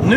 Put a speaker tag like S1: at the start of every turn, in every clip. S1: Nu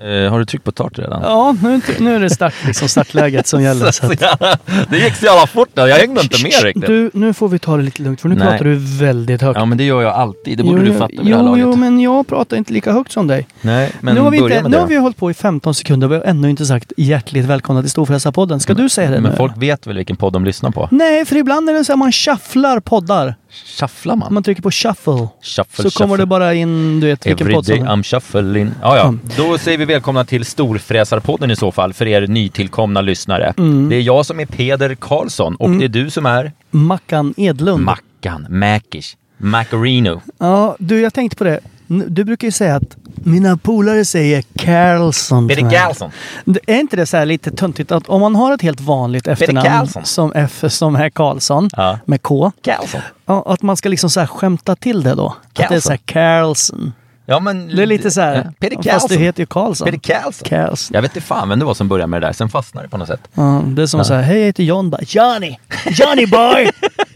S2: Eh, har du tryckt på start redan?
S3: Ja, nu, är inte- nu är det start, liksom startläget som gäller. Så
S2: Så
S3: att,
S2: jävla- det gick så jävla fort där. Jag hängde inte med riktigt.
S3: du, nu får vi ta det lite lugnt för nu
S2: Nej.
S3: pratar du väldigt högt.
S2: Ja men det gör jag alltid. Det borde
S3: Jo,
S2: du
S3: jo,
S2: fatta vid det
S3: jo,
S2: här laget.
S3: jo, men jag pratar inte lika högt som dig.
S2: Nej, men
S3: nu har vi,
S2: börja
S3: inte,
S2: med
S3: nu
S2: det
S3: har vi hållit på i 15 sekunder och vi har ännu inte sagt hjärtligt välkomna till Storfräsarpodden. Ska du säga det
S2: då.
S3: nu?
S2: Men folk vet väl vilken podd de lyssnar på?
S3: Nej, för ibland är det så att man shufflar poddar.
S2: Shufflar man?
S3: Om man trycker på shuffle
S2: Shuffle,
S3: så kommer
S2: shuffle.
S3: det bara in, du vet, vilken
S2: Every
S3: podd som
S2: day
S3: helst.
S2: I'm shuffling. Ja, ja.
S3: Mm.
S2: Då säger vi välkomna till Storfräsarpodden i så fall, för er nytillkomna lyssnare.
S3: Mm.
S2: Det är jag som är Peder Karlsson och det är du som är
S3: Mackan Edlund.
S2: Mackan, Mackish, Macarino.
S3: ja, du, jag tänkte på det. N- Du brukar ju säga att mina polare säger Carlson. till
S2: Peder
S3: mig.
S2: Karlsson.
S3: Det- Är inte det så här lite töntigt att om man har ett helt vanligt efternamn
S2: Karlsson.
S3: som F som är Karlsson
S2: Ja.
S3: med K.
S2: Karlsson.
S3: Ja, att man ska liksom så här skämta till det då. Att det är så här Carlson.
S2: Ja, men...
S3: Det är lite så här,
S2: Ja, Peder
S3: fast du
S2: Karlsson.
S3: heter ju Karlsson.
S2: Peder Karlsson.
S3: Karlsson.
S2: Jag vet inte fan vem det var som började med det där, sen fastnade det på något sätt.
S3: Ja, det är som så här, hej jag heter John, bara, Johnny! Johnny boy!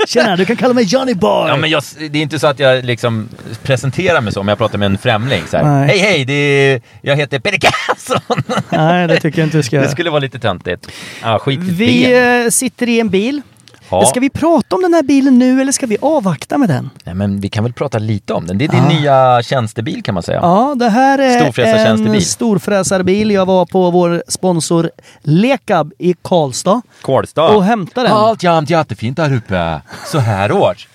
S3: Tjena, du kan kalla mig Johnny boy!
S2: Ja, men jag, det är inte så att jag liksom presenterar mig så om jag pratar med en främling. Så här,
S3: Nej.
S2: hej hej, det är, jag heter Peder Karlsson.
S3: Nej, det tycker jag inte du ska
S2: Det
S3: göra.
S2: skulle vara lite töntigt. Ja, skit i
S3: Vi
S2: det.
S3: eh, sitter i en bil.
S2: Ja.
S3: Ska vi prata om den här bilen nu eller ska vi avvakta med den?
S2: Nej, men vi kan väl prata lite om den. Det är din nya tjänstebil kan man säga.
S3: Ah. Ja, det här är en
S2: Storfräsartjänstebil.
S3: storfräsarbil. Jag var på vår sponsor Lekab i Karlstad
S2: Kålstad.
S3: och hämtade den.
S2: Allt jämt jättefint där uppe. Så här års.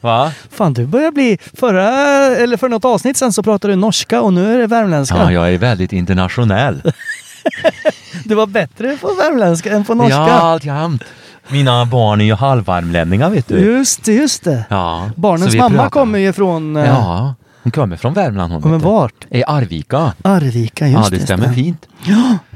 S2: Va?
S3: Fan, du börjar bli... Förra, eller för något avsnitt sen så pratade du norska och nu är det värmländska.
S2: Ja, jag är väldigt internationell.
S3: Du var bättre på värmländska än på norska.
S2: Ja, allt jämt. Mina barn är ju halvvärmlänningar vet du.
S3: Just det, just det.
S2: Ja. så
S3: Barnens
S2: vi
S3: mamma
S2: pratar.
S3: kommer ju från eh,
S2: Ja, hon kommer från Värmland hon.
S3: Men
S2: vet du.
S3: vart?
S2: I Arvika.
S3: Arvika. Just
S2: ja, det stämmer fint.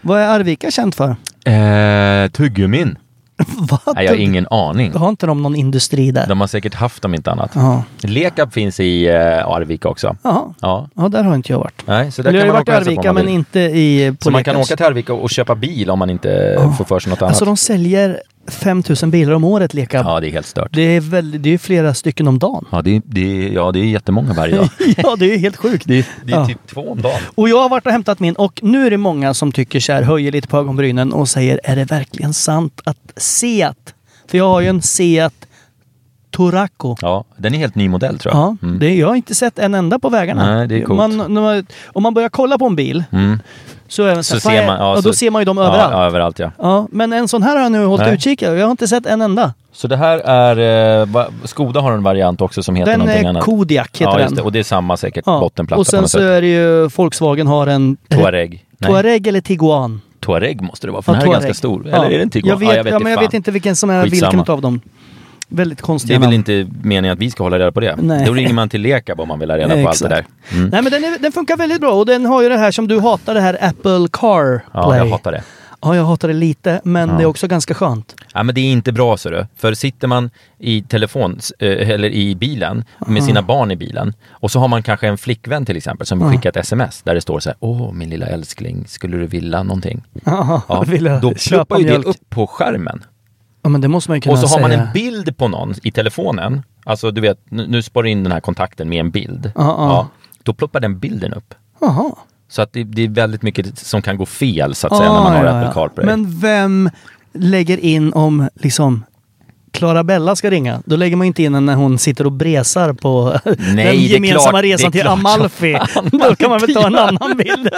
S3: Vad är Arvika känt för?
S2: Eh, tuggummin?
S3: Vad?
S2: Nej, jag har ingen aning.
S3: Har inte de någon industri där?
S2: De har säkert haft dem inte annat.
S3: Ja.
S2: Lekab finns i eh, Arvika också.
S3: Ja.
S2: Ja.
S3: ja, där har inte jag varit.
S2: Nej, så där
S3: Eller jag
S2: kan
S3: har
S2: man
S3: varit i
S2: åka och hälsa
S3: Arvika
S2: på om man
S3: men
S2: vill.
S3: inte i... på
S2: Så man kan
S3: Lekabs.
S2: åka till Arvika och, och köpa bil om man inte får för sig något annat.
S3: Alltså de säljer 5000 bilar om året, Lekab.
S2: Ja, det är helt stört.
S3: Det är, väl, det är ju flera stycken om dagen.
S2: Ja, det är, det är, ja, det är jättemånga varje dag.
S3: ja, det är ju helt sjukt.
S2: Det är, det är
S3: Ja.
S2: typ två om dagen.
S3: Och jag har varit och hämtat min och nu är det många som tycker så här, höjer lite på ögonbrynen och säger är det verkligen sant att Seat, för jag har ju en Seat Toraco.
S2: Ja, den är helt ny modell tror jag. Mm.
S3: Ja, det, jag har inte sett en enda på vägarna.
S2: Nej, det är coolt. Mm.
S3: man, när man, om man börjar kolla på en bil Så, är det
S2: Så
S3: här, vad
S2: ser
S3: Alltså, är-
S2: man- ja,
S3: och då
S2: så-
S3: ser man ju dem
S2: Ja,
S3: överallt.
S2: ja,
S3: Ja,
S2: överallt ja.
S3: men en sån här har jag nu hållit
S2: Nej.
S3: utkik över. Jag har inte sett en enda.
S2: Så det här är... Eh, va, Skoda har en variant också som heter
S3: Den
S2: någonting
S3: är
S2: annat.
S3: Kodiak heter
S2: ja, just det.
S3: den.
S2: Och det är samma säkert
S3: Ja.
S2: bottenplatta
S3: och
S2: på
S3: sen
S2: något
S3: så
S2: sätt.
S3: är det ju Volkswagen har en...
S2: Touareg. Nej.
S3: Touareg eller Tiguan.
S2: Touareg måste det vara, för
S3: Ja,
S2: den här är
S3: Touareg.
S2: ganska stor.
S3: Ja.
S2: Eller är det en Tiguan?
S3: Jag vet,
S2: Ja,
S3: ja,
S2: vet
S3: men jag
S2: fan.
S3: vet inte vilken som är
S2: Skitsamma.
S3: vilken av dem. Väldigt
S2: Det
S3: konstiga
S2: är väl
S3: namn.
S2: inte meningen att vi ska hålla reda på det.
S3: Nej.
S2: Då ringer man till Lekab om man vill ha reda på allt det där. Mm.
S3: Exakt. Nej men den, är, den funkar väldigt bra och den har ju det här som du hatar, det här Apple CarPlay.
S2: Ja, jag hatar det.
S3: Ja, jag hatar det lite, men det är också ganska skönt.
S2: Ja, men det är inte bra, så du. För sitter man i telefon, s- eh, eller i bilen, med sina barn i bilen, och så har man kanske en flickvän till exempel som vill skicka ett sms där det står så här, åh min lilla älskling, skulle du vilja någonting? Ja,
S3: Vill jag
S2: då
S3: köpa
S2: ploppar ju det
S3: mjölk?
S2: upp på skärmen.
S3: Ja, men det måste man ju kunna
S2: Och så har
S3: säga.
S2: man en bild på någon i telefonen, alltså du vet, nu, nu sparar du in den här kontakten med en bild.
S3: Ja, ja.
S2: då ploppar den bilden upp.
S3: Jaha.
S2: Så att det, det är väldigt mycket som kan gå fel så att
S3: Ah,
S2: säga när man har
S3: ja, ja.
S2: Apple CarPlay.
S3: Men vem lägger in om liksom Klara Bella ska ringa, då lägger man ju inte in henne när hon sitter och bresar på
S2: det är
S3: den gemensamma
S2: klart- det är
S3: resan till
S2: klart som
S3: Amalfi. Då kan man väl ta en annan bild.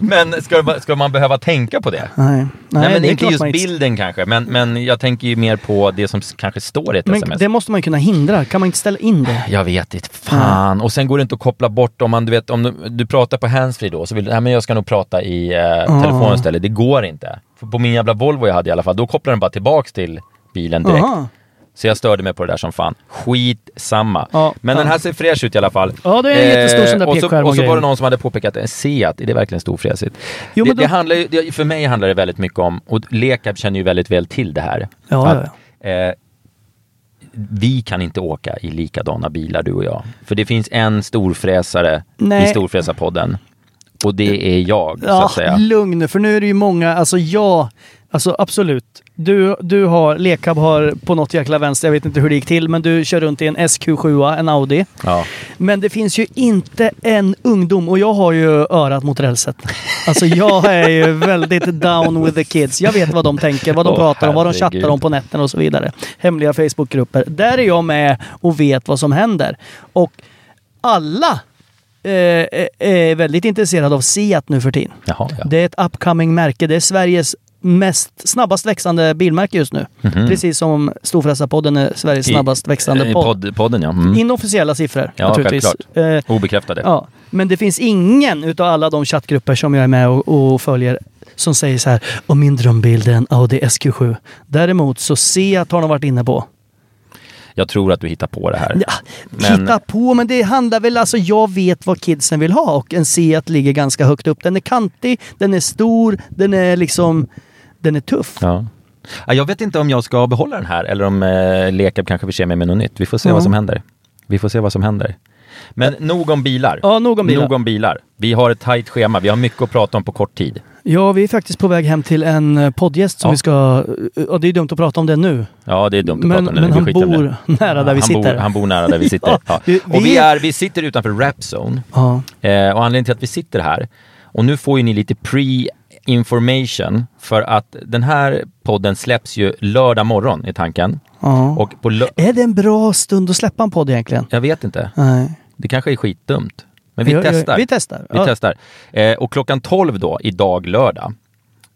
S2: Men ska, man- ska man behöva tänka på det?
S3: Nej, nej,
S2: Nej, men
S3: det är
S2: inte
S3: klart
S2: just
S3: man
S2: bilden kanske, men, men jag tänker ju mer på det som s- kanske står i ett
S3: Men
S2: sms.
S3: det måste man ju kunna hindra. Kan man inte ställa in det?
S2: Jag vet inte, fan. Och sen går det inte att koppla bort om man, du vet, om du, du pratar på handsfree då, så vill du, nej men jag ska nog prata i eh, telefonen istället. Det går inte. För på min jävla Volvo jag hade i alla fall, då kopplar den bara tillbaks till bilen direkt.
S3: Aha.
S2: Så jag störde mig på det där som fan. Skitsamma.
S3: Ja,
S2: men den
S3: fan.
S2: här ser fräsch ut i alla fall. Eh,
S3: Ja, det är en jättestor sån där
S2: och, så,
S3: pekskärm och
S2: och så var
S3: grejer.
S2: det någon som hade påpekat, en Seat, är det verkligen storfräsigt?
S3: Jo,
S2: det,
S3: men då-
S2: det handlar ju, det, för mig handlar det väldigt mycket om, och Lekab känner ju väldigt väl till det här.
S3: Ja,
S2: att, Eh, vi kan inte åka i likadana bilar du och jag. För det finns en storfräsare
S3: Nej.
S2: i Storfräsarpodden. Och det är jag, så
S3: Ja,
S2: att säga.
S3: lugn nu, för nu är det ju många, alltså jag, alltså absolut. Du, du har, Lekab har på något jäkla vänster, jag vet inte hur det gick till, men du kör runt i en SQ7, en Audi.
S2: Ja.
S3: Men det finns ju inte en ungdom, och jag har ju örat mot rälset. Alltså jag är ju väldigt down with the kids. Jag vet vad de tänker, vad de
S2: Åh,
S3: pratar om, vad de
S2: herregud.
S3: chattar om på nätterna och så vidare. Hemliga Facebookgrupper. Där är jag med och vet vad som händer. Och alla eh, eh, är väldigt intresserade av Seat nu för tiden.
S2: Jaha, ja.
S3: Det är ett upcoming märke. Det är Sveriges mest snabbast växande bilmärke just nu. Precis som Storfräsarpodden är Sveriges
S2: Mhm. I-
S3: snabbast växande
S2: eh,
S3: podd.
S2: podd, podden, ja. Mm.
S3: Inofficiella siffror
S2: Ja,
S3: naturligtvis.
S2: självklart.
S3: Eh,
S2: Obekräftade.
S3: ja. Men det finns ingen utav alla de chattgrupper som jag är med och, och följer som säger så här, och min drömbil är en Audi SQ7. Däremot så Seat har de varit inne på.
S2: Jag tror att du hittar på det här.
S3: Ja,
S2: Men-
S3: Titta på, men det handlar väl alltså, jag vet vad kidsen vill ha och en Seat ligger ganska högt upp. Den är kantig, den är stor, den är liksom, den är tuff.
S2: Ja. Ja, jag vet inte om jag ska behålla den här eller om eh, Lekab kanske förser mig med något nytt. Vi får se
S3: Ja.
S2: vad som händer. Vi får se vad som händer. Men nog om bilar.
S3: Ja, nog om bilar.
S2: Nog om bilar. Vi har ett tajt schema. Vi har mycket att prata om på kort tid.
S3: Ja, vi är faktiskt på väg hem till en eh, poddgäst som
S2: Ja.
S3: vi ska, och det är dumt att prata om det nu.
S2: Ja, det är dumt att
S3: Men,
S2: prata om det.
S3: men
S2: Vi
S3: han
S2: skiter i det.
S3: bor nära där vi
S2: han
S3: sitter.
S2: Bor, han bor nära där vi sitter.
S3: Ja,
S2: ja.
S3: vi-
S2: Och
S3: vi
S2: vi,
S3: är-
S2: är, vi sitter utanför Rapzone.
S3: Ja.
S2: Eh, och anledningen till att vi sitter här, och nu får ju ni lite pre-information för att den här podden släpps ju lördag morgon i tanken.
S3: Ja.
S2: Och på lö-
S3: Är det en bra stund att släppa en podd egentligen?
S2: jag vet inte.
S3: Nej.
S2: Det kanske är skitdumt. Men vi
S3: Ja, ja,
S2: testar.
S3: vi testar.
S2: Vi
S3: Ja.
S2: testar. Eh, och klockan 12 då, idag lördag,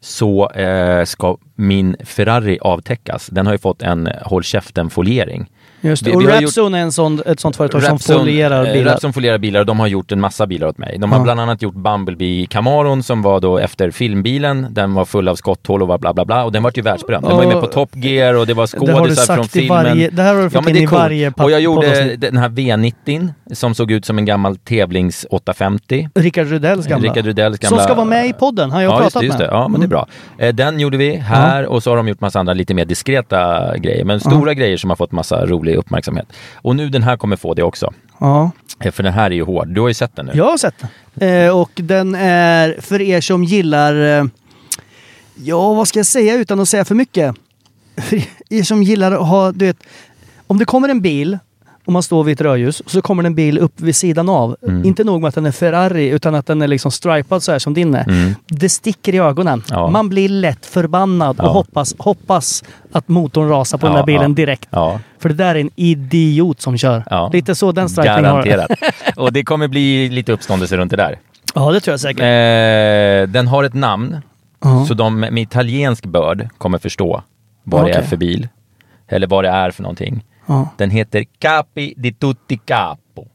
S2: så eh, ska min Ferrari avtäckas. Den har ju fått en håll käften-foliering.
S3: Just det.
S2: Vi-
S3: och
S2: vi har
S3: Rapzone är en sån, ett sånt företag som
S2: Repson-
S3: folierar
S2: eh,
S3: bilar.
S2: Repson folierar bilar och de har gjort en massa bilar åt mig. De har
S3: Ja.
S2: bland annat gjort Bumblebee Camaron som var då efter filmbilen. Den var full av skotthål och var bla bla bla och den vart ju världsberömd. Den var ju med på
S3: Och-
S2: Top Gear och det var
S3: Det har du
S2: skådisar från
S3: sagt i
S2: filmen.
S3: varje- det här har du fått
S2: men
S3: in
S2: det är
S3: i varje pa-
S2: Och jag gjorde
S3: poddavsnitt.
S2: den här V90 som såg ut som en gammal tävlings 850.
S3: Rickard Rudells gamla.
S2: Rickard Rudells gamla.
S3: Som ska vara med i podden, har jag
S2: ja, just
S3: pratat
S2: det, just det.
S3: med.
S2: Ja, men det är bra. Eh, Den gjorde vi här och så har de gjort massa andra lite mer diskreta grejer. Men stora grejer som har fått massa rolig uppmärksamhet. Och nu den här kommer få det också.
S3: Ja.
S2: Eh, För den här är ju hård. Du har ju sett den nu.
S3: Jag har sett den. Eh, och den är, för er som gillar, eh, ja vad ska jag säga utan att säga för mycket? För er som gillar att ha, du vet, om det kommer en bil och man står vid ett rödljus och så kommer det en bil upp vid sidan av.
S2: Mm.
S3: Inte nog med att den är Ferrari utan att den är liksom stripad så här som din är. Det sticker i ögonen.
S2: Mm. Ja.
S3: Man blir lätt förbannad
S2: Ja.
S3: och hoppas, hoppas att motorn rasar på den
S2: Ja,
S3: där bilen
S2: ja.
S3: direkt.
S2: Ja.
S3: För det där är en idiot som kör.
S2: Ja.
S3: Lite så den stripingen har.
S2: Garanterat. Och det kommer bli lite uppståndelse runt det där.
S3: Ja, det tror jag säkert.
S2: Eh, den har ett namn,
S3: Ja.
S2: så de med italiensk börd kommer förstå vad det är
S3: Okej.
S2: för bil. Eller vad det är för någonting.
S3: Ja.
S2: Den heter Capi di tutti capo.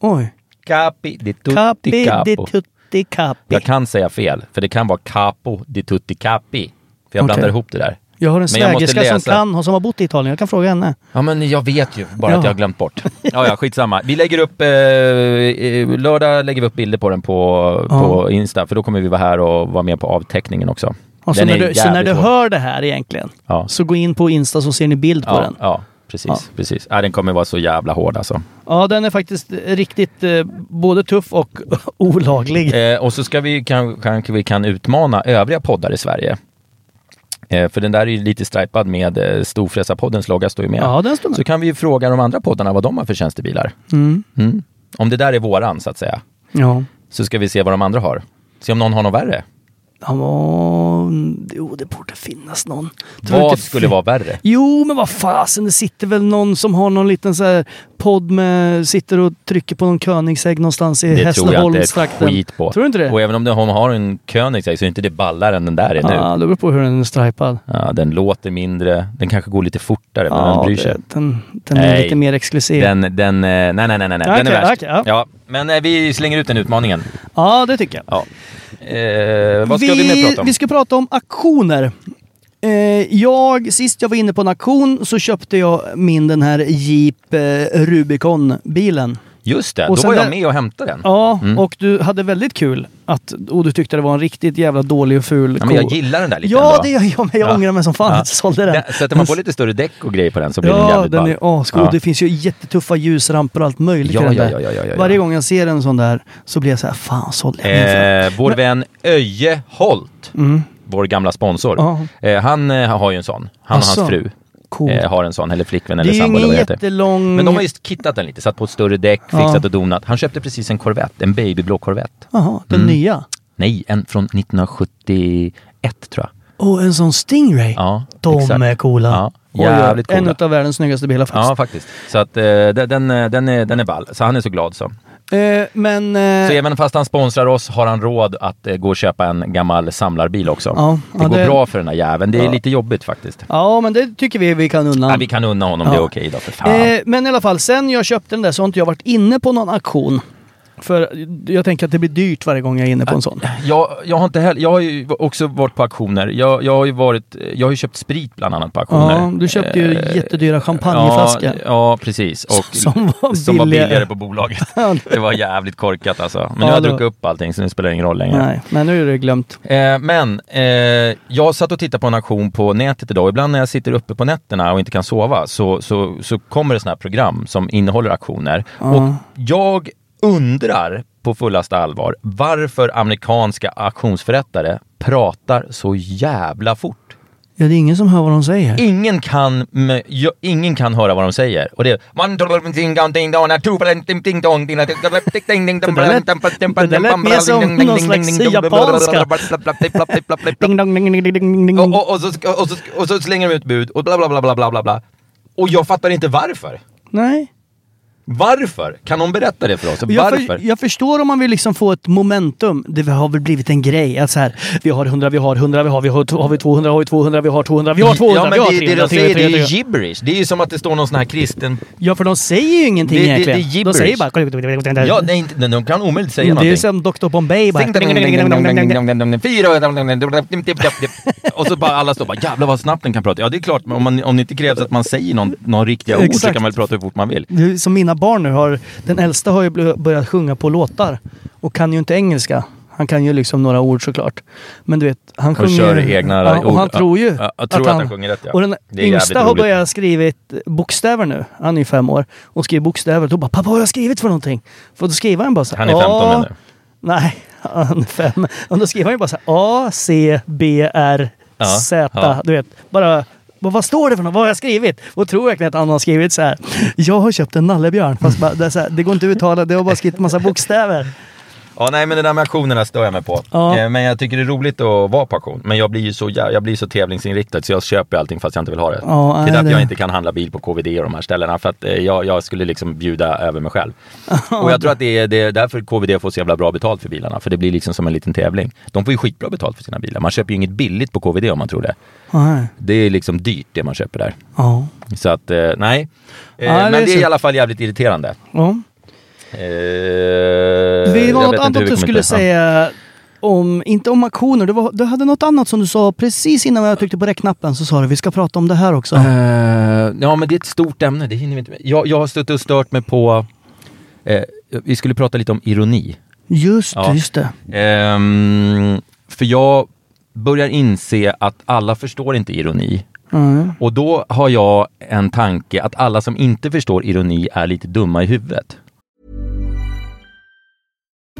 S3: Oj.
S2: Capi di tutti
S3: Capi
S2: capo.
S3: di tutti capi.
S2: Jag kan säga fel, för det kan vara capo di tutti capi. För jag
S3: Okej.
S2: blandar ihop det där.
S3: Jag har en
S2: Men jag måste
S3: svägerska som
S2: läsa.
S3: kan och som har bott i Italien. Jag kan fråga henne.
S2: Ja, men jag vet ju bara
S3: Ja.
S2: att jag har glömt bort. Ja, ja, skitsamma. Vi lägger upp, eh, eh, lördag lägger vi upp bilder på den på,
S3: Ja.
S2: på Insta, för då kommer vi vara här och vara med på avteckningen också.
S3: Och så,
S2: Den
S3: när
S2: är
S3: du, så när du
S2: jävligt hård.
S3: hör det här egentligen,
S2: Ja.
S3: så gå in på Insta så ser ni bild på
S2: ja,
S3: den.
S2: Ja, precis.
S3: Ja.
S2: precis. Ja, den kommer vara så jävla hård alltså.
S3: Ja, den är faktiskt riktigt eh, både tuff och olaglig.
S2: Eh, och så ska vi kan- kanske vi kan utmana övriga poddar i Sverige. Eh, för den där är ju lite stripad med eh, Storfräsarpoddens logga står ju med.
S3: Ja, den står med.
S2: Så kan vi ju fråga de andra poddarna vad de har för tjänstebilar. Mm. Om det där är våran så att säga.
S3: Ja.
S2: Så ska vi se vad de andra har. Se om någon har något värre.
S3: Ja, men- jo, det borde finnas någon. Tror
S2: vad
S3: inte-
S2: skulle vara värre?
S3: Jo, men vad fasen, det sitter väl någon som har någon liten så här podd med... Sitter och trycker på någon Königsägg någonstans i
S2: Det tror jag inte ett
S3: Hässleholmstrakten.
S2: skit på.
S3: Tror du inte det?
S2: Och även om det- om de har en Koenigsegg så är inte det ballare än den där är nu.
S3: Ja, det beror på hur den är stripad.
S2: Ja, den låter mindre, den kanske går lite fortare, men
S3: ja,
S2: den bryr
S3: det-
S2: sig.
S3: Den, den
S2: Nej.
S3: är lite mer exklusiv.
S2: Den, den, eh, nej, nej, nej, nej, nej.
S3: Okej,
S2: den är värst.
S3: okej, ja.
S2: men eh, vi slänger ut den utmaningen.
S3: Ja, det tycker jag.
S2: Ja. Eh, vad ska vi, mer prata om?
S3: Vi ska prata om auktioner. Eh, jag, sist jag var inne på en auktion så köpte jag min den här Jeep eh, Rubicon-bilen.
S2: Just det,
S3: och
S2: då
S3: sen
S2: var jag
S3: där-
S2: med och hämtade den.
S3: Ja, och du hade väldigt kul. Att, och du tyckte det var en riktigt jävla dålig och ful
S2: Ja, men jag
S3: ko.
S2: gillar den där lite
S3: Ja,
S2: ändå.
S3: det gör jag men Jag
S2: Ja.
S3: ångrar mig som fan
S2: Ja.
S3: att jag sålde den.
S2: Den- Sätter man på lite större däck och grejer på den så blir den
S3: Ja,
S2: jävligt
S3: den är
S2: ball.
S3: ascool.
S2: Ja.
S3: Det finns ju jättetuffa ljusramper och allt möjligt
S2: Ja,
S3: i den
S2: ja,
S3: där.
S2: ja, ja, ja, ja.
S3: Varje gång jag ser en sån där så blir jag så här, fan sålde jag den för?"
S2: Eh, vår vän Öje Holt, vår gamla sponsor,
S3: Mm. Ja.
S2: eh, han eh, har ju en sån. Han och
S3: Asså.
S2: hans fru
S3: Cool.
S2: eh, har en sån, eller flickvän
S3: Det
S2: eller
S3: är ju
S2: sambo eller
S3: ingen
S2: vad det heter.
S3: jättelång...
S2: Men de har just kittat den lite, satt på ett större däck,
S3: Ja.
S2: fixat och donat. Han köpte precis en Corvette, en babyblå Corvette.
S3: Jaha, den
S2: Mm.
S3: nya.
S2: Nej, en från 1971 tror jag.
S3: Och en sån Stingray.
S2: Ja,
S3: de
S2: exakt.
S3: är coola.
S2: Ja,
S3: Oj, oj,
S2: jävligt coola.
S3: En av världens snyggaste bilar faktiskt.
S2: Ja, faktiskt. Så att eh, den, den, eh, den, är, den är ball. Så han är så glad så.
S3: Eh, men... Eh,
S2: Så även fast han sponsrar oss har han råd att eh, gå och köpa en gammal samlarbil också.
S3: Ja,
S2: det
S3: ja,
S2: går
S3: det-
S2: bra för den här jäveln. Det är
S3: Ja.
S2: lite jobbigt faktiskt.
S3: ja, men det tycker vi vi kan unna.
S2: Nej, vi kan unna honom det
S3: Ja.
S2: är okej då, för fan.
S3: Eh, men i alla fall, sen jag köpte den där så har inte jag varit inne på någon auktion. För jag tänker att det blir dyrt varje gång jag är inne på
S2: Äh,
S3: en sån.
S2: Jag, jag har inte heller, jag har ju också varit på auktioner. Jag, jag har ju varit, jag har ju köpt sprit bland annat på auktioner.
S3: Ja, du köpte ju
S2: Eh,
S3: jättedyra champagneflaskor.
S2: Ja, ja precis. Och
S3: Som var
S2: som var
S3: billigare.
S2: billigare på bolaget. Det var jävligt korkat alltså. Men nu
S3: Ja,
S2: har jag
S3: det-
S2: druckit upp allting så nu spelar det ingen roll längre.
S3: Nej, men nu är det glömt.
S2: Eh, men eh, jag satt och tittade på en auktion på nätet idag. Ibland när jag sitter uppe på nätterna och inte kan sova så, så, så kommer det sådana här program som innehåller auktioner. Och jag undrar på fullaste allvar varför amerikanska auktionsförrättare pratar så jävla fort.
S3: Ja, det är ingen som hör vad de säger.
S2: Ingen kan, m- jo- ingen kan höra vad de säger. Och det är...
S3: Det där lät- det där lät mer som någon slags japanska. Ding dong, ding ding ding ding ding.
S2: Och, och, och, så, ska- och, så, ska- och så slänger de ut bud och bla bla bla bla bla bla bla. Och jag fattar inte varför.
S3: Nej.
S2: Varför? Kan någon berätta det för oss?
S3: Jag,
S2: Varför?
S3: för, jag förstår om man vill liksom få ett momentum. Det har väl blivit en grej att så här, vi har 100, vi har 100, vi har, vi har, to- har vi 200, har vi 200, vi har 200, vi har 200,
S2: ja,
S3: vi
S2: men
S3: har
S2: det, det
S3: 300,
S2: de säger det
S3: 300,
S2: är ju
S3: 300.
S2: gibberish. Det är ju som att det står någon sån här kristen...
S3: Ja, för de säger ju ingenting
S2: Det- det- det är
S3: egentligen. de
S2: gibberish.
S3: säger bara...
S2: Ja, nej, inte, de- de kan omöjligt säga
S3: Äh. Mm, det är
S2: någonting.
S3: som Dr Bombay bara...
S2: Fyra... Och så bara alla står bara jävlar vad snabbt den kan prata. Ja det är klart, men om, man, om det inte krävs att man säger någon, någon riktiga ord så
S3: Exakt.
S2: kan man väl prata hur fort man vill.
S3: Det är Som mina barn nu har... Den äldsta har ju bl- börjat sjunga på låtar och kan ju inte engelska. Han kan ju liksom några ord såklart. Men du vet, han
S2: Och
S3: sjunger...
S2: kör egna
S3: ja, Och
S2: ord.
S3: han
S2: Ja,
S3: tror ju
S2: ja, jag tror att han sjunger rätt, ja.
S3: Och den
S2: Det är
S3: yngsta
S2: jävligt
S3: har
S2: roligt.
S3: börjat skrivit bokstäver nu. Han är ju fem år. Och skriver bokstäver. Då bara “Pappa, vad har jag skrivit för någonting?” För då skriver han bara så här,
S2: Han är 15
S3: "Ja."
S2: nu.
S3: Nej, han är fem. Och då skriver han ju bara så här A, C, B, R,
S2: Ja,
S3: Z.
S2: ja.
S3: Du vet, bara... Vad, vad står det för något? Vad har jag skrivit? Och tror verkligen att han har skrivit så här. Jag har köpt en nallebjörn. Fast bara, det, är så här, det går inte att uttala, det har bara skrivit massa bokstäver.
S2: Ja, nej men det där med auktionerna stör jag mig på.
S3: Ja.
S2: Eh, Men jag tycker det är roligt att vara på auktion. Men jag blir ju så, jä- jag blir så tävlingsinriktad så jag köper allting fast jag inte vill ha det.
S3: Ja,
S2: det är
S3: nej,
S2: därför
S3: det-
S2: jag inte kan handla bil på KVD och de här ställena. För att eh, jag, jag skulle liksom bjuda över mig själv. och jag tror att det är, det är därför KVD får så jävla bra betalt för bilarna. För det blir liksom som en liten tävling. De får ju skitbra betalt för sina bilar. Man köper ju inget billigt på KVD om man tror det.
S3: Nej.
S2: Det är liksom dyrt det man köper där.
S3: Ja.
S2: Så att, eh, nej. Eh,
S3: Ja, det är
S2: men det är
S3: så.
S2: i alla fall jävligt irriterande.
S3: ja.
S2: Eh,
S3: Vi
S2: det
S3: var något annat du skulle säga om, inte om auktioner, du, var, du hade något annat som du sa precis innan jag tryckte på räckknappen så sa du vi ska prata om det här också.
S2: Eh, ja, men det är ett stort ämne. Det hinner vi inte med. Jag, jag har stött och stört mig på... eh, vi skulle prata lite om ironi.
S3: Just det,
S2: Ja.
S3: just det.
S2: Ehm, för jag börjar inse att alla förstår inte ironi.
S3: Mm.
S2: Och då har jag en tanke att alla som inte förstår ironi är lite dumma i huvudet.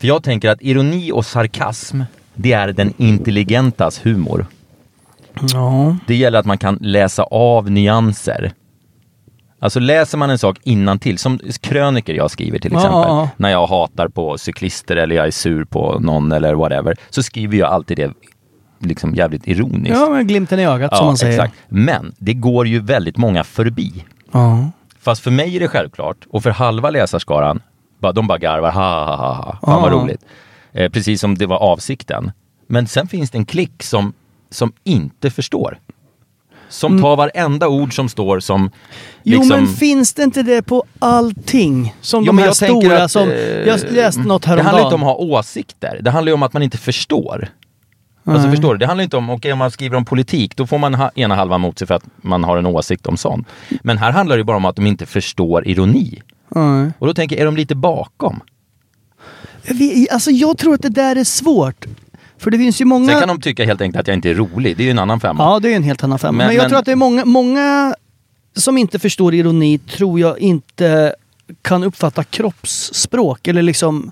S2: För jag tänker att ironi och sarkasm, det är den intelligentas humor.
S3: Ja.
S2: Det gäller att man kan läsa av nyanser. Alltså läser man en sak till, som kröniker jag skriver till
S3: Ja,
S2: exempel,
S3: ja, ja.
S2: när jag hatar på cyklister eller jag är sur på någon eller whatever, så skriver jag alltid det liksom jävligt ironiskt.
S3: ja, men glimten i ögat som man säger.
S2: exakt. Men det går ju väldigt många förbi.
S3: Ja.
S2: Fast för mig är det självklart, och för halva läsarskaran, bara, de bara garvar, ha ha ha, ha. fan vad
S3: Ah.
S2: roligt. Eh, precis som det var avsikten. Men sen finns det en klick som, som inte förstår. Som tar varenda ord som står som...
S3: Mm. Jo
S2: liksom,
S3: men finns det inte det på allting? Som
S2: Jo,
S3: de
S2: men
S3: här
S2: jag tänker
S3: stora
S2: att,
S3: som...
S2: eh,
S3: Jag läste något
S2: Det handlar
S3: häromdagen.
S2: inte om att ha åsikter, det handlar ju om att man inte förstår. Alltså förstår du? Det handlar inte om, okej om man skriver om politik, då får man ha, ena halvan mot sig för att man har en åsikt om sånt. Men här handlar det ju bara om att de inte förstår ironi.
S3: Nej.
S2: Och då tänker jag, är de lite bakom?
S3: Vi, alltså jag tror att det där är svårt. För det finns ju många...
S2: Sen kan de tycka helt enkelt att jag inte är rolig, det är ju en annan femma.
S3: Ja, det är en helt annan femma. Men,
S2: Men-
S3: jag
S2: men-
S3: tror att det är många, många som inte förstår ironi, tror jag inte kan uppfatta kroppsspråk. Eller liksom...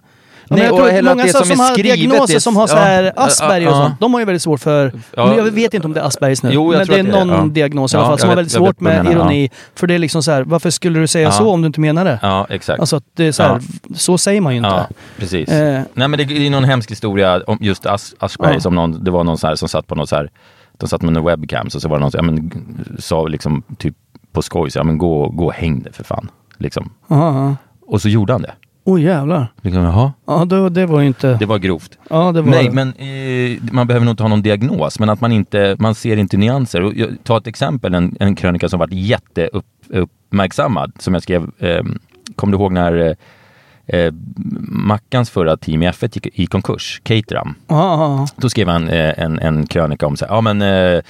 S3: Ja,
S2: Nej,
S3: jag
S2: och
S3: tror att
S2: heller att
S3: många
S2: det
S3: som,
S2: som är
S3: har
S2: skrivet
S3: diagnoser
S2: är-
S3: som har så
S2: ja,
S3: här
S2: ja,
S3: Asperger och
S2: ja,
S3: sånt,
S2: ja.
S3: de har ju väldigt svårt för...
S2: Ja.
S3: men jag vet inte om det är Aspergers nu,
S2: Jo, jag
S3: men
S2: tror
S3: det är
S2: att det är-
S3: någon
S2: ja.
S3: diagnos i
S2: Ja,
S3: alla fall som har
S2: jag vet-
S3: väldigt
S2: jag vet
S3: svårt
S2: vad du
S3: med
S2: menar, ja.
S3: ironi. För det är liksom så här, varför skulle du säga
S2: Ja.
S3: så om du inte menar det?
S2: Ja, exakt.
S3: Alltså att det är så här, så säger man ju inte.
S2: Ja, precis.
S3: Eh.
S2: Nej men det är ju någon hemsk historia om just As- Aschberg,
S3: Ja.
S2: som någon, det var någon så här som satt på något så här, de satt med en webcam, så, så var det någon som ja, men, sa liksom typ på skoj, så, ja men gå, gå och häng dig för fan. Liksom.
S3: Ja, ja.
S2: Och så gjorde han det.
S3: Åh jävlar.
S2: Liksom, jaha,
S3: Ja, då, det var ju inte...
S2: det var grovt.
S3: ja, det var...
S2: Nej, men eh, man behöver nog inte ha någon diagnos, men att man inte, man ser inte nyanser. Och, jag, ta ett exempel, en, en krönika som varit jätteuppmärksammad, som jag skrev, eh, kommer du ihåg när eh, eh, Mackans förra team i F1 gick i konkurs, Caterham?
S3: Ja, ja,
S2: Då skrev han eh, en, en krönika om så här, ja men eh, eh,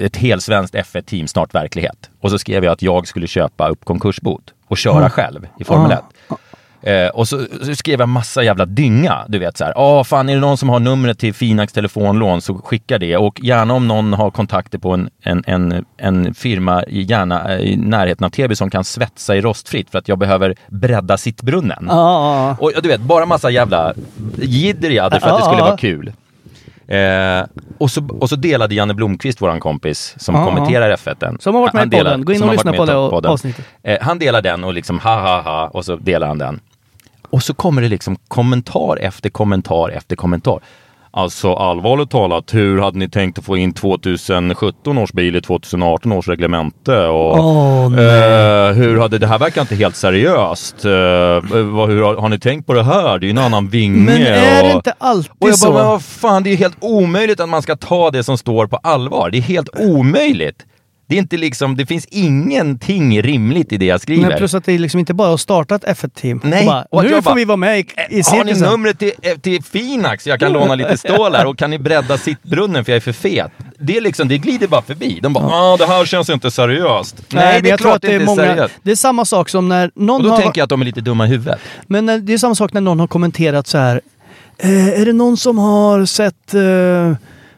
S2: ett helsvenskt F1-team snart verklighet. Och så skrev jag att jag skulle köpa upp konkursbot och köra själv i Formel 1. Eh, och så, så skrev jag massa jävla dynga. Du vet så här, ah, fan är det någon som har numret till Finax telefonlån så skicka det. Och gärna om någon har kontakter på en, en, en, en firma i, gärna, eh, i närheten av Täby som kan svetsa i rostfritt för att jag behöver bredda sittbrunnen.
S3: Ah. Ja,
S2: Och du vet, bara massa jävla jidder jag hade för att det skulle
S3: Ja.
S2: vara kul. Eh, och, så, och så delade Janne Blomqvist, våran kompis, som
S3: Ja.
S2: kommenterar F1. -en.
S3: Som har varit med
S2: Han
S3: i podden. Gå in och
S2: som har
S3: lyssna
S2: varit med
S3: på
S2: i
S3: det
S2: podden.
S3: avsnittet.
S2: Eh, han delar den och liksom ha ha ha och så delar han den. Och så kommer det liksom kommentar efter kommentar efter kommentar. Alltså allvarligt talat, hur hade ni tänkt att få in 2017 års bil i 2018 års reglemente? Och,
S3: Åh,
S2: eh, hur hade, det här verkar inte helt seriöst. Eh, vad, hur, har, har ni tänkt på det här? Det är ju en annan vinge.
S3: Men är det
S2: och-
S3: inte alltid
S2: och jag bara,
S3: så?
S2: men vad fan, det är ju helt omöjligt att man ska ta det som står på allvar. Det är helt omöjligt. Det är inte liksom, det finns ingenting rimligt i det jag skriver.
S3: Men plus att det är liksom inte bara har startat F1-team.
S2: Nej,
S3: Och
S2: och
S3: bara,
S2: att
S3: nu
S2: jag
S3: får
S2: bara,
S3: vi vara med i, i
S2: har ni
S3: cirkusen.
S2: numret till, eh, till Finax? Jag kan låna lite stål här och kan ni bredda sittbrunnen för jag är för fet. Det, är liksom, det glider bara förbi. De bara, ah, det här känns inte seriöst. Nej,
S3: men
S2: det är
S3: jag tror
S2: klart
S3: att det är
S2: inte är
S3: många...
S2: seriöst.
S3: Det är samma sak som när någon
S2: Och då
S3: har...
S2: tänker jag att de är lite dumma i huvudet.
S3: Men eh, det är samma sak när någon har kommenterat så här. Eh, är det någon som har sett, eh,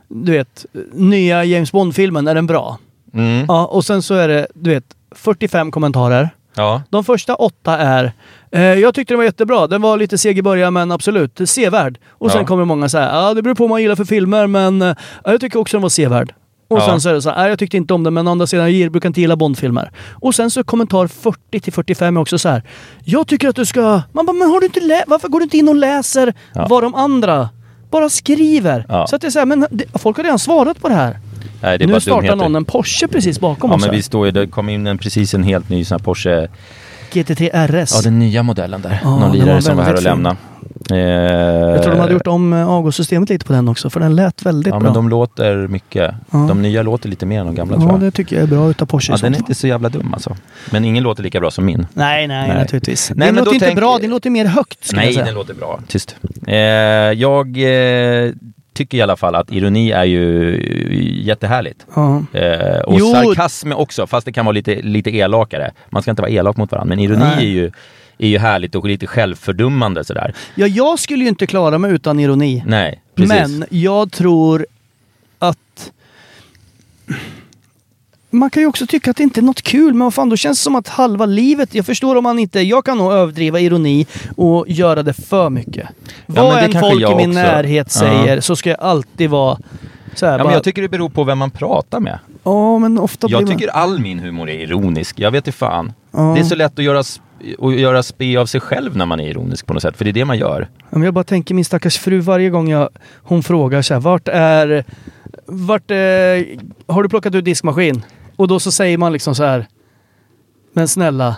S3: du vet, nya James Bond-filmen? Är den bra?
S2: Mm.
S3: Ja, och sen så är det, du vet, 45 kommentarer.
S2: Ja.
S3: De första åtta är eh, Jag tyckte den var jättebra. Den var lite seg i början men absolut sevärd. Och sen
S2: Ja.
S3: kommer många säga ja det beror på vad man gillar för filmer men eh, ja, jag tycker också den var sevärd. Och
S2: Ja.
S3: sen så är det så här, "Nej, jag tyckte inte om den men å andra sidan jag brukar inte gilla Bondfilmer. Och sen så kommentar 40 till 45 är också så här. Jag tycker att du ska... Man bara, men har du inte lä- varför går du inte in och läser vad de andra bara skriver?
S2: Ja.
S3: Så att det är så här, men det, folk har redan svarat på det här.
S2: Nej, det är
S3: nu
S2: bara
S3: startar
S2: dumheter.
S3: någon en Porsche precis bakom
S2: Ja,
S3: oss.
S2: men
S3: här.
S2: vi står ju, det kom in en, precis en helt ny sån här Porsche
S3: GTT RS.
S2: Ja, den nya modellen där.
S3: Ja,
S2: Någon
S3: den
S2: lirare
S3: var
S2: som var här och
S3: väldigt fin.
S2: lämnade.
S3: Jag tror de hade gjort om eh, avgassystemet lite på den också, för den lät väldigt
S2: Ja,
S3: bra.
S2: men de låter mycket.
S3: Ja.
S2: De nya låter lite mer än de gamla
S3: ja,
S2: tror jag.
S3: det tycker jag är bra utav Porsche. i
S2: Ja,
S3: sånt
S2: den är
S3: fall.
S2: inte så jävla dum alltså. Men ingen låter lika bra som min.
S3: Nej, nej,
S2: Nej.
S3: naturligtvis.
S2: Nej,
S3: den
S2: men
S3: låter
S2: då
S3: inte
S2: tänk-
S3: bra, den låter mer högt skulle jag
S2: Nej,
S3: säga.
S2: den låter bra. Tyst. Eh, jag eh, tycker i alla fall att ironi är ju eh, jättehärligt.
S3: Ja.
S2: Eh, och
S3: Jo.
S2: sarkasm också, fast det kan vara lite, lite elakare. Man ska inte vara elak mot varandra, men ironi
S3: Nej.
S2: är ju, är ju härligt och lite självfördummande sådär.
S3: ja, jag skulle ju inte klara mig utan ironi.
S2: Nej, Mm, precis.
S3: Men jag tror att... Man kan ju också tycka att det inte är något kul, men vad fan, då känns det som att halva livet... Jag förstår om man inte... Jag kan nog överdriva ironi och göra det för mycket.
S2: men
S3: vad
S2: det
S3: än
S2: kanske
S3: folk i min
S2: jag också.
S3: närhet
S2: Ja.
S3: säger så ska jag alltid vara... Så här,
S2: Ja,
S3: bara,
S2: men jag tycker det beror på vem man pratar med.
S3: Ja, men ofta
S2: Jag
S3: blir
S2: tycker all min humor är ironisk. Jag vet inte fan.
S3: Ja.
S2: Det är så lätt att göra, sp- att göra spe av sig själv när man är ironisk på något sätt. För det är det man gör.
S3: man... Men Jag bara tänker min stackars fru varje gång jag, hon frågar så här, vart är... Vart eh, Har du plockat ut diskmaskin? Och då så säger man liksom så här, men snälla,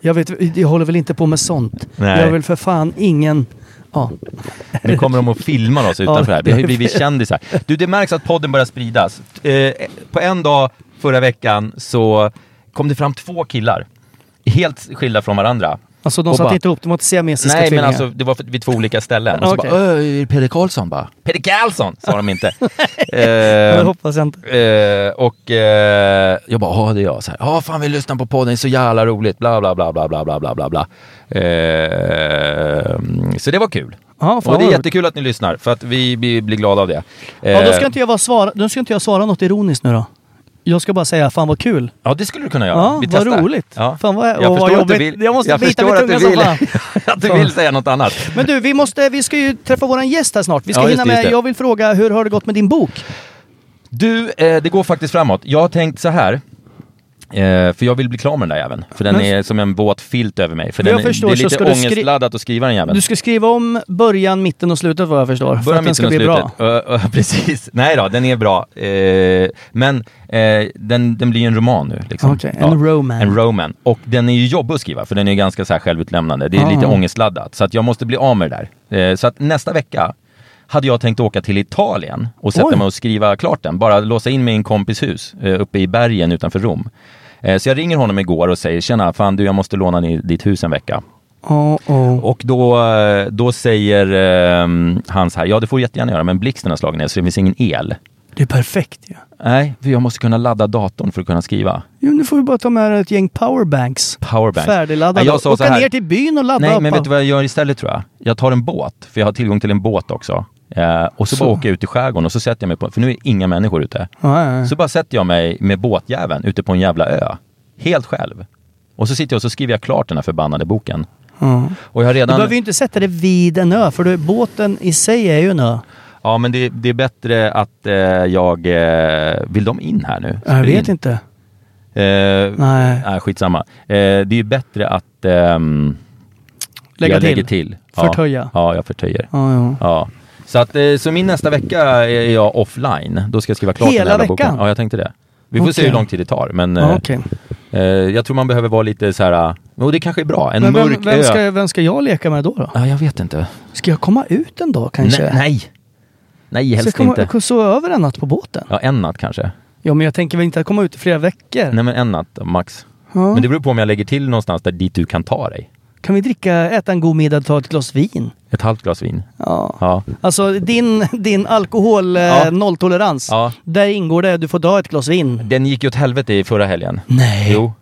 S3: jag, vet, jag håller väl inte på med sånt.
S2: Nej.
S3: Jag vill för fan ingen... Ja,
S2: Nu kommer de att filma oss
S3: Ja,
S2: utanför här. Vi har ju
S3: det-
S2: blivit kändisar. Du, det märks att podden börjar spridas. Eh, på en dag förra veckan så kom det fram två killar. Helt skilda från varandra.
S3: alltså de
S2: Och
S3: satte
S2: bara-
S3: inte ihop dem åt siamesiska
S2: Nej, men
S3: tvillingar.
S2: alltså det var för- vid två olika ställen. Och så
S3: Okej.
S2: bara, "Öh, är det Peder Karlsson bara. Peder Karlsson sa de inte.
S3: Jag
S2: eh,
S3: hoppas jag inte.
S2: Eh, och eh, jag bara, ja det är jag. Så här, Ja fan vi lyssnar på podden, det är så jävla roligt. Bla bla bla bla bla bla bla bla. bla. Eh, så det var kul.
S3: Ja, fan
S2: och det
S3: vad
S2: är
S3: roligt.
S2: jättekul att ni lyssnar, för att vi blir, blir glada av det. Eh,
S3: Ja, då ska inte jag vara svara, då ska inte jag svara något ironiskt nu då. Jag ska bara säga, fan vad kul.
S2: ja, det skulle du kunna göra.
S3: Ja,
S2: vi
S3: vad
S2: testar.
S3: roligt.
S2: Ja.
S3: Fan, vad-
S2: jag
S3: och vad
S2: förstår att du
S3: jobbigt.
S2: vill,
S3: Jag måste bita
S2: förstår
S3: min
S2: att du
S3: tunga som
S2: vill- att du vill säga något annat.
S3: Men du, vi, måste, vi ska ju träffa våran gäst här snart. Vi ska
S2: Ja, just
S3: hinna
S2: det, just
S3: med,
S2: det.
S3: jag vill fråga, hur har det gått med din bok?
S2: Du, eh, det går faktiskt framåt. Jag har tänkt så här. Eh, för jag vill bli klar med den där jäveln. För den
S3: Men-
S2: är som en våt filt över mig. För
S3: Men
S2: den,
S3: jag förstår,
S2: det är
S3: så
S2: lite
S3: ska du skri-
S2: ångestladdat att skriva den jäveln.
S3: Du ska skriva om början, mitten och slutet vad jag förstår. för
S2: Börja
S3: att den ska
S2: mitten och
S3: bli bra.
S2: slutet. Ö, ö, precis. Nej då, den är bra. Eh, men eh, den, den blir ju en roman nu. Liksom.
S3: Okej, en roman.
S2: En roman. Och den är ju jobbig att skriva, för den är ju ganska så här självutlämnande. Det är
S3: Ah.
S2: lite ångestladdat. Så att jag måste bli av med det där. Eh, så att nästa vecka hade jag tänkt åka till Italien och sätta
S3: Oj.
S2: mig och skriva klart den. Bara låsa in mig i en kompis hus eh, uppe i bergen utanför Rom. Eh, Så jag ringer honom igår och säger tjena, fan du jag måste låna ni- ditt hus en vecka.
S3: Oh, oh.
S2: Och då, ehm, eh, då säger eh, han så här, ja det får du jättegärna göra, men blixten har slagit ner så det finns ingen el.
S3: Det är perfekt ju. Ja.
S2: Nej, för jag måste kunna ladda datorn för att kunna skriva.
S3: Jo, nu får vi bara ta med ett gäng powerbanks.
S2: Powerbank.
S3: Färdigladdade.
S2: Nej, jag sa så
S3: Åka
S2: här.
S3: ner till byn och ladda
S2: Nej,
S3: upp
S2: men vet
S3: allt.
S2: du vad jag gör istället tror jag? Jag tar en båt, för jag har tillgång till en båt också. Eh, och så,
S3: Så.
S2: bara åker jag ut i skärgården och så sätter jag mig på, för nu är inga människor ute.
S3: Ja, ja, ja.
S2: Så bara sätter jag mig med båtjäveln ute på en jävla ö. Helt själv. Och så sitter jag och så skriver jag klart den här förbannade boken. Och jag har
S3: Du
S2: redan...
S3: behöver ju inte sätta det vid en ö, för du, båten i sig är ju en ö.
S2: Ja, men det, det är bättre att eh, jag... Eh, vill de in här nu?
S3: Jag
S2: Spring
S3: vet
S2: in.
S3: inte.
S2: Eh,
S3: Nej.
S2: Nej, skitsamma. Eh, det är ju bättre att ehm,
S3: Lägga
S2: jag
S3: till.
S2: lägger till.
S3: Förtöja.
S2: Ja, ja jag förtöjer. Ja.
S3: Ja, ja.
S2: Så, att, eh, så min nästa vecka är jag offline. Då ska jag skriva klart
S3: Hela
S2: den här jävla
S3: veckan?
S2: boken. Ja, jag tänkte det. Vi får se
S3: Okej.
S2: hur lång tid det tar. Men
S3: ja
S2: eh,
S3: okej.
S2: eh, jag tror man behöver vara lite så här... eh, Och det kanske är bra. En
S3: Men
S2: mörk
S3: vem, vem,
S2: ö.
S3: ska, vem ska jag leka med då? då?
S2: Ja, jag vet inte.
S3: Ska jag komma ut en dag kanske?
S2: Nej, nej. Nej,
S3: Ska
S2: helst
S3: jag komma,
S2: inte.
S3: sova över en natt på båten?
S2: Ja, en natt kanske.
S3: Ja, men jag tänker väl inte att komma ut i flera veckor?
S2: Nej, men en natt max.
S3: Ja.
S2: Men det beror på om jag lägger till någonstans där dit du kan ta dig.
S3: Kan vi dricka, äta en god middag och ta ett glas vin?
S2: Ett halvt glas vin.
S3: Ja.
S2: Ja.
S3: Alltså din, din alkohol eh,
S2: Ja.
S3: nolltolerans,
S2: Ja.
S3: där ingår det du får dra ett glas vin.
S2: Den gick ju åt helvete i förra helgen.
S3: Nej.
S2: Jo.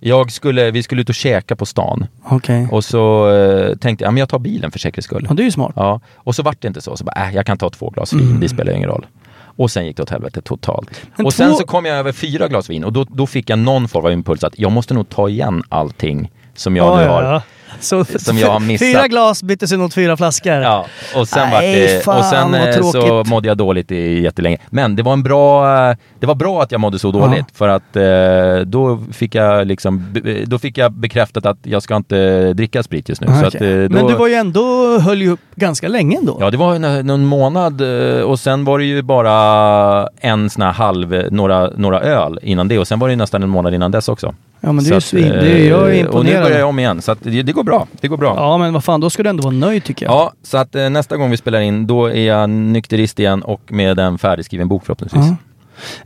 S2: Jag skulle, vi skulle ut och käka på stan.
S3: Okej.
S2: Och så eh, tänkte jag, ja, men jag tar bilen för säkerhets skull.
S3: Ja, det är ju smart.
S2: Ja. Och så vart det inte så. Så bara, äh, jag kan ta två glas vin, det spelar ju ingen roll. Och sen gick det åt helvete totalt.
S3: Mm. Men
S2: och sen
S3: två-
S2: så kom jag över fyra glas vin och då, då fick jag någon form av impuls att jag måste nog ta igen allting som jag
S3: Ja,
S2: nu
S3: ja,
S2: har.
S3: ja. Så,
S2: som jag har missat.
S3: Fyra glas byttes ut mot fyra flaskor.
S2: Ja, och sen,
S3: Nej,
S2: vart det,
S3: fan,
S2: och sen
S3: vad
S2: eh, så
S3: tråkigt.
S2: mådde jag dåligt i jättelänge. Men det var en bra, eh, det var bra att jag mådde så dåligt för att eh, då fick jag liksom, be- då fick jag bekräftat att jag ska inte dricka sprit just nu.
S3: Ah,
S2: Så att,
S3: okej.
S2: eh, då,
S3: Men du var ju ändå, höll ju upp ganska länge ändå.
S2: Ja, det var en, någon månad eh, och sen var det ju bara en sån här halv, några, några öl innan det och sen var det ju nästan en månad innan dess också.
S3: Ja, men det är
S2: Så
S3: ju
S2: att,
S3: svin. Det är- jag är
S2: eh, Och nu
S3: imponerad.
S2: börjar jag om igen så att det, det går bra. Det går bra.
S3: Ja, men vad fan, då ska du ändå vara nöjd tycker jag.
S2: Ja, så att eh, nästa gång vi spelar in, då är jag nykterist igen och med en färdigskriven bok förhoppningsvis. Åh,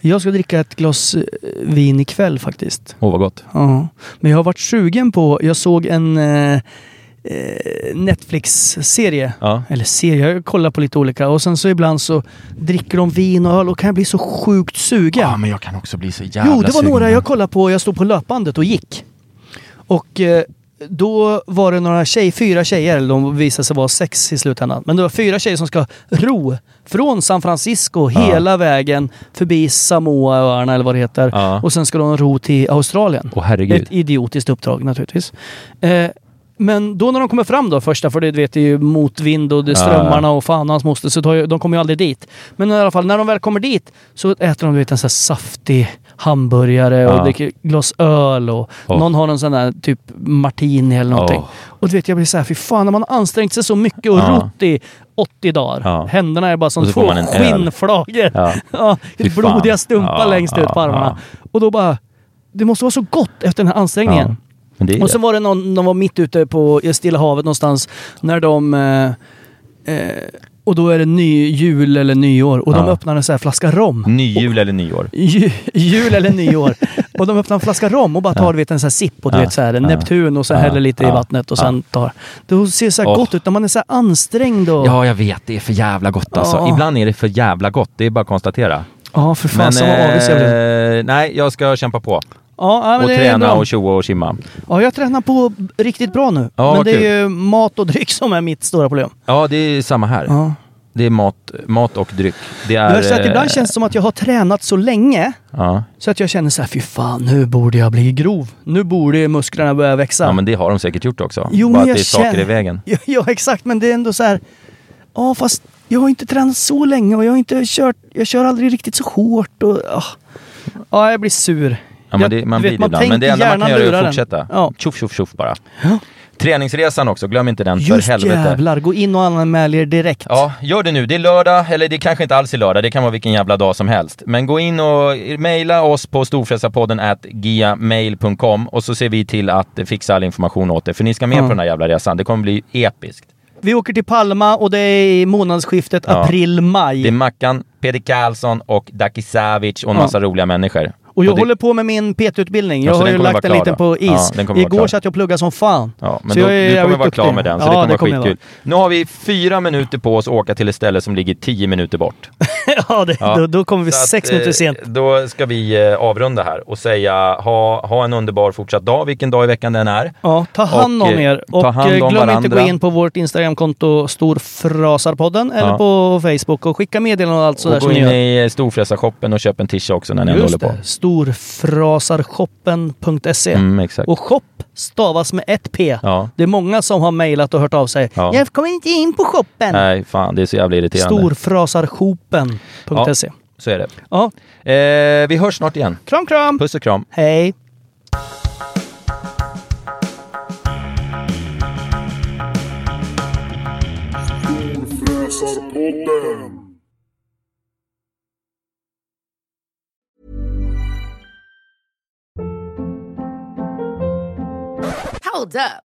S3: Ja. Jag ska dricka ett glas eh, vin ikväll faktiskt.
S2: vad gott.
S3: Ja. Men jag har varit sugen på, jag såg en eh, eh, Netflix-serie.
S2: Ja.
S3: Eller serie, jag kollar på lite olika. Och sen så ibland så dricker de vin och öl och kan jag bli så sjukt sugen.
S2: men jag kan också bli så Ah, jävla
S3: jo, det var
S2: sugen.
S3: några jag kollade på, jag stod på löpbandet och gick. Och eh, då var det några tjej, fyra tjejer, eller de visade sig vara sex i slutändan. Men det var fyra tjejer som ska ro från San Francisco hela vägen förbi Samoaöarna eller vad det heter.
S2: Ja.
S3: Och sen ska de ro till Australien.
S2: Åh, herregud.
S3: Ett idiotiskt uppdrag naturligtvis. Eh, men då när de kommer fram då första, för det du vet det är ju motvind och det är strömmarna och fan och hans moster, så tar ju, de kommer ju aldrig dit. Men i alla fall, när de väl kommer dit så äter de du vet, en sån här saftig hamburgare och
S2: Ja.
S3: dricker glas öl och
S2: Åh.
S3: någon har någon sån där typ martini eller någonting.
S2: Åh.
S3: Och du vet, jag blir så här, fy fan, när man har ansträngt sig så mycket och
S2: Ja.
S3: rott i 80 dagar.
S2: Ja.
S3: Händerna är bara som
S2: Och så får
S3: två
S2: man en öl.
S3: skinnflagor.
S2: Ja.
S3: Ja,
S2: Fy fan.
S3: blodiga stumpar
S2: Ja,
S3: längst ut på
S2: ja,
S3: armarna.
S2: ja.
S3: Och då bara, det måste vara så gott efter den här ansträngningen.
S2: Ja. Men det är
S3: Och så var det någon, de var mitt ute på i Stilla havet någonstans när de... Eh, eh, och då är det ny jul eller nyår och de
S2: Ja. Mm.
S3: öppnar en sån här flaska rom.
S2: Nyjul eller nyår.
S3: Ju, jul eller nyår. och de öppnar en flaska rom och bara tar du vet, en sån här sipp och du
S2: Ja.
S3: vet så här, Neptun och sen
S2: Ja.
S3: häller lite i
S2: Ja.
S3: vattnet och sen tar. Det ser så här
S2: Åh.
S3: gott ut när man är så här ansträngd och... Ja,
S2: Ja, jag vet. Det är för jävla gott alltså.
S3: Ja.
S2: Ibland är det för jävla gott. Det är bara att konstatera.
S3: för fan så vad avis jag blev.
S2: eh, nej, jag ska kämpa på.
S3: Ja, ja, men
S2: Och
S3: det är
S2: träna
S3: bra.
S2: och tjoa och tjimma.
S3: Ja, jag tränar på riktigt bra nu.
S2: Ja,
S3: men det
S2: kul.
S3: är ju mat och dryck som är mitt stora problem.
S2: Ja, det är samma här.
S3: Ja.
S2: Det är mat, mat och dryck. Det är...
S3: Jag har sett,
S2: eh,
S3: ibland känns det som att jag har tränat så länge
S2: ja.
S3: så att jag känner så här, fy fan, nu borde jag bli grov. Nu borde musklerna börja växa.
S2: ja, men det har de säkert gjort också.
S3: Jo,
S2: bara
S3: men jag
S2: att det är saker
S3: känner-
S2: i vägen.
S3: Ja, ja, exakt, men det är ändå så här, ja fast jag har inte tränat så länge och jag har inte kört, jag kör aldrig riktigt så hårt och ah. ja, jag blir sur.
S2: Ja, men
S3: Jag-
S2: det, man
S3: du vet,
S2: blir det ibland.
S3: tänker
S2: Men det enda man
S3: hjärnan
S2: kan göra är
S3: lurar
S2: att
S3: den.
S2: fortsätta.
S3: Ja.
S2: Tjoff, tjoff, tjoff bara. Träningsresan också, glöm inte den
S3: Just
S2: för helvete.
S3: jävlar, gå in och anmäl er direkt.
S2: Ja, gör det nu. Det är lördag, eller det kanske inte alls är lördag, det kan vara vilken jävla dag som helst. Men gå in och mejla oss på storfräsarpodden at giamail.com och så ser vi till att fixa all information åt er. För ni ska med på den här jävla resan, det kommer bli episkt.
S3: Vi åker till Palma och det är i månadsskiftet
S2: Ja.
S3: april-maj.
S2: Det är Mackan, Peder Karlsson och Daki Savic och en
S3: Ja.
S2: massa roliga människor.
S3: Och Och jag
S2: Och det-
S3: håller på med min PT-utbildning.
S2: Ja,
S3: Jag
S2: så
S3: har
S2: den
S3: ju
S2: kommer vara
S3: lagt den
S2: klar
S3: lite
S2: då?
S3: på is.
S2: Ja, den kommer vara
S3: Igår
S2: klar.
S3: satt jag och pluggade som fan.
S2: Ja, men
S3: Så
S2: då,
S3: jag är
S2: du kommer
S3: jävligt
S2: vara klar
S3: duktig.
S2: med den, så
S3: Ja,
S2: det
S3: det
S2: kommer
S3: kommer jag
S2: vara
S3: vara.
S2: skitkul. Nu har vi fyra minuter på oss att åka till ett ställe som ligger tio minuter bort.
S3: ja, det,
S2: Ja.
S3: Då, då kommer vi
S2: Så att,
S3: sex minuter
S2: eh,
S3: sent.
S2: Då ska vi eh, avrunda här och säga ha, ha en underbar fortsatt dag, vilken dag i veckan den är.
S3: Ja, ta hand
S2: och,
S3: om
S2: eh,
S3: er.
S2: ta
S3: Och
S2: hand
S3: eh,
S2: om
S3: glöm inte att gå
S2: varandra.
S3: in på vårt Instagramkonto Storfrasarpodden eller
S2: Ja.
S3: på Facebook och skicka meddelanden och allt sådär
S2: och gå
S3: som ni
S2: in
S3: gör.
S2: i eh, storfräsarshoppen och köp en tisha också när ni ändå håller
S3: Just
S2: på.
S3: det. Storfrasarshoppen.se.
S2: Mm, exakt.
S3: Och shop stavas med ett P.
S2: Ja.
S3: Det är många som har mejlat och hört av sig.
S2: Ja.
S3: Jag kommer inte in på shoppen.
S2: Nej, fan det är så jävla irriterande.
S3: Storfrasarshopen.se.
S2: Så är det.
S3: Ja.
S2: Eh, vi hörs snart igen.
S3: Kram, kram!
S2: Puss och kram.
S3: Hej!
S4: Hold up.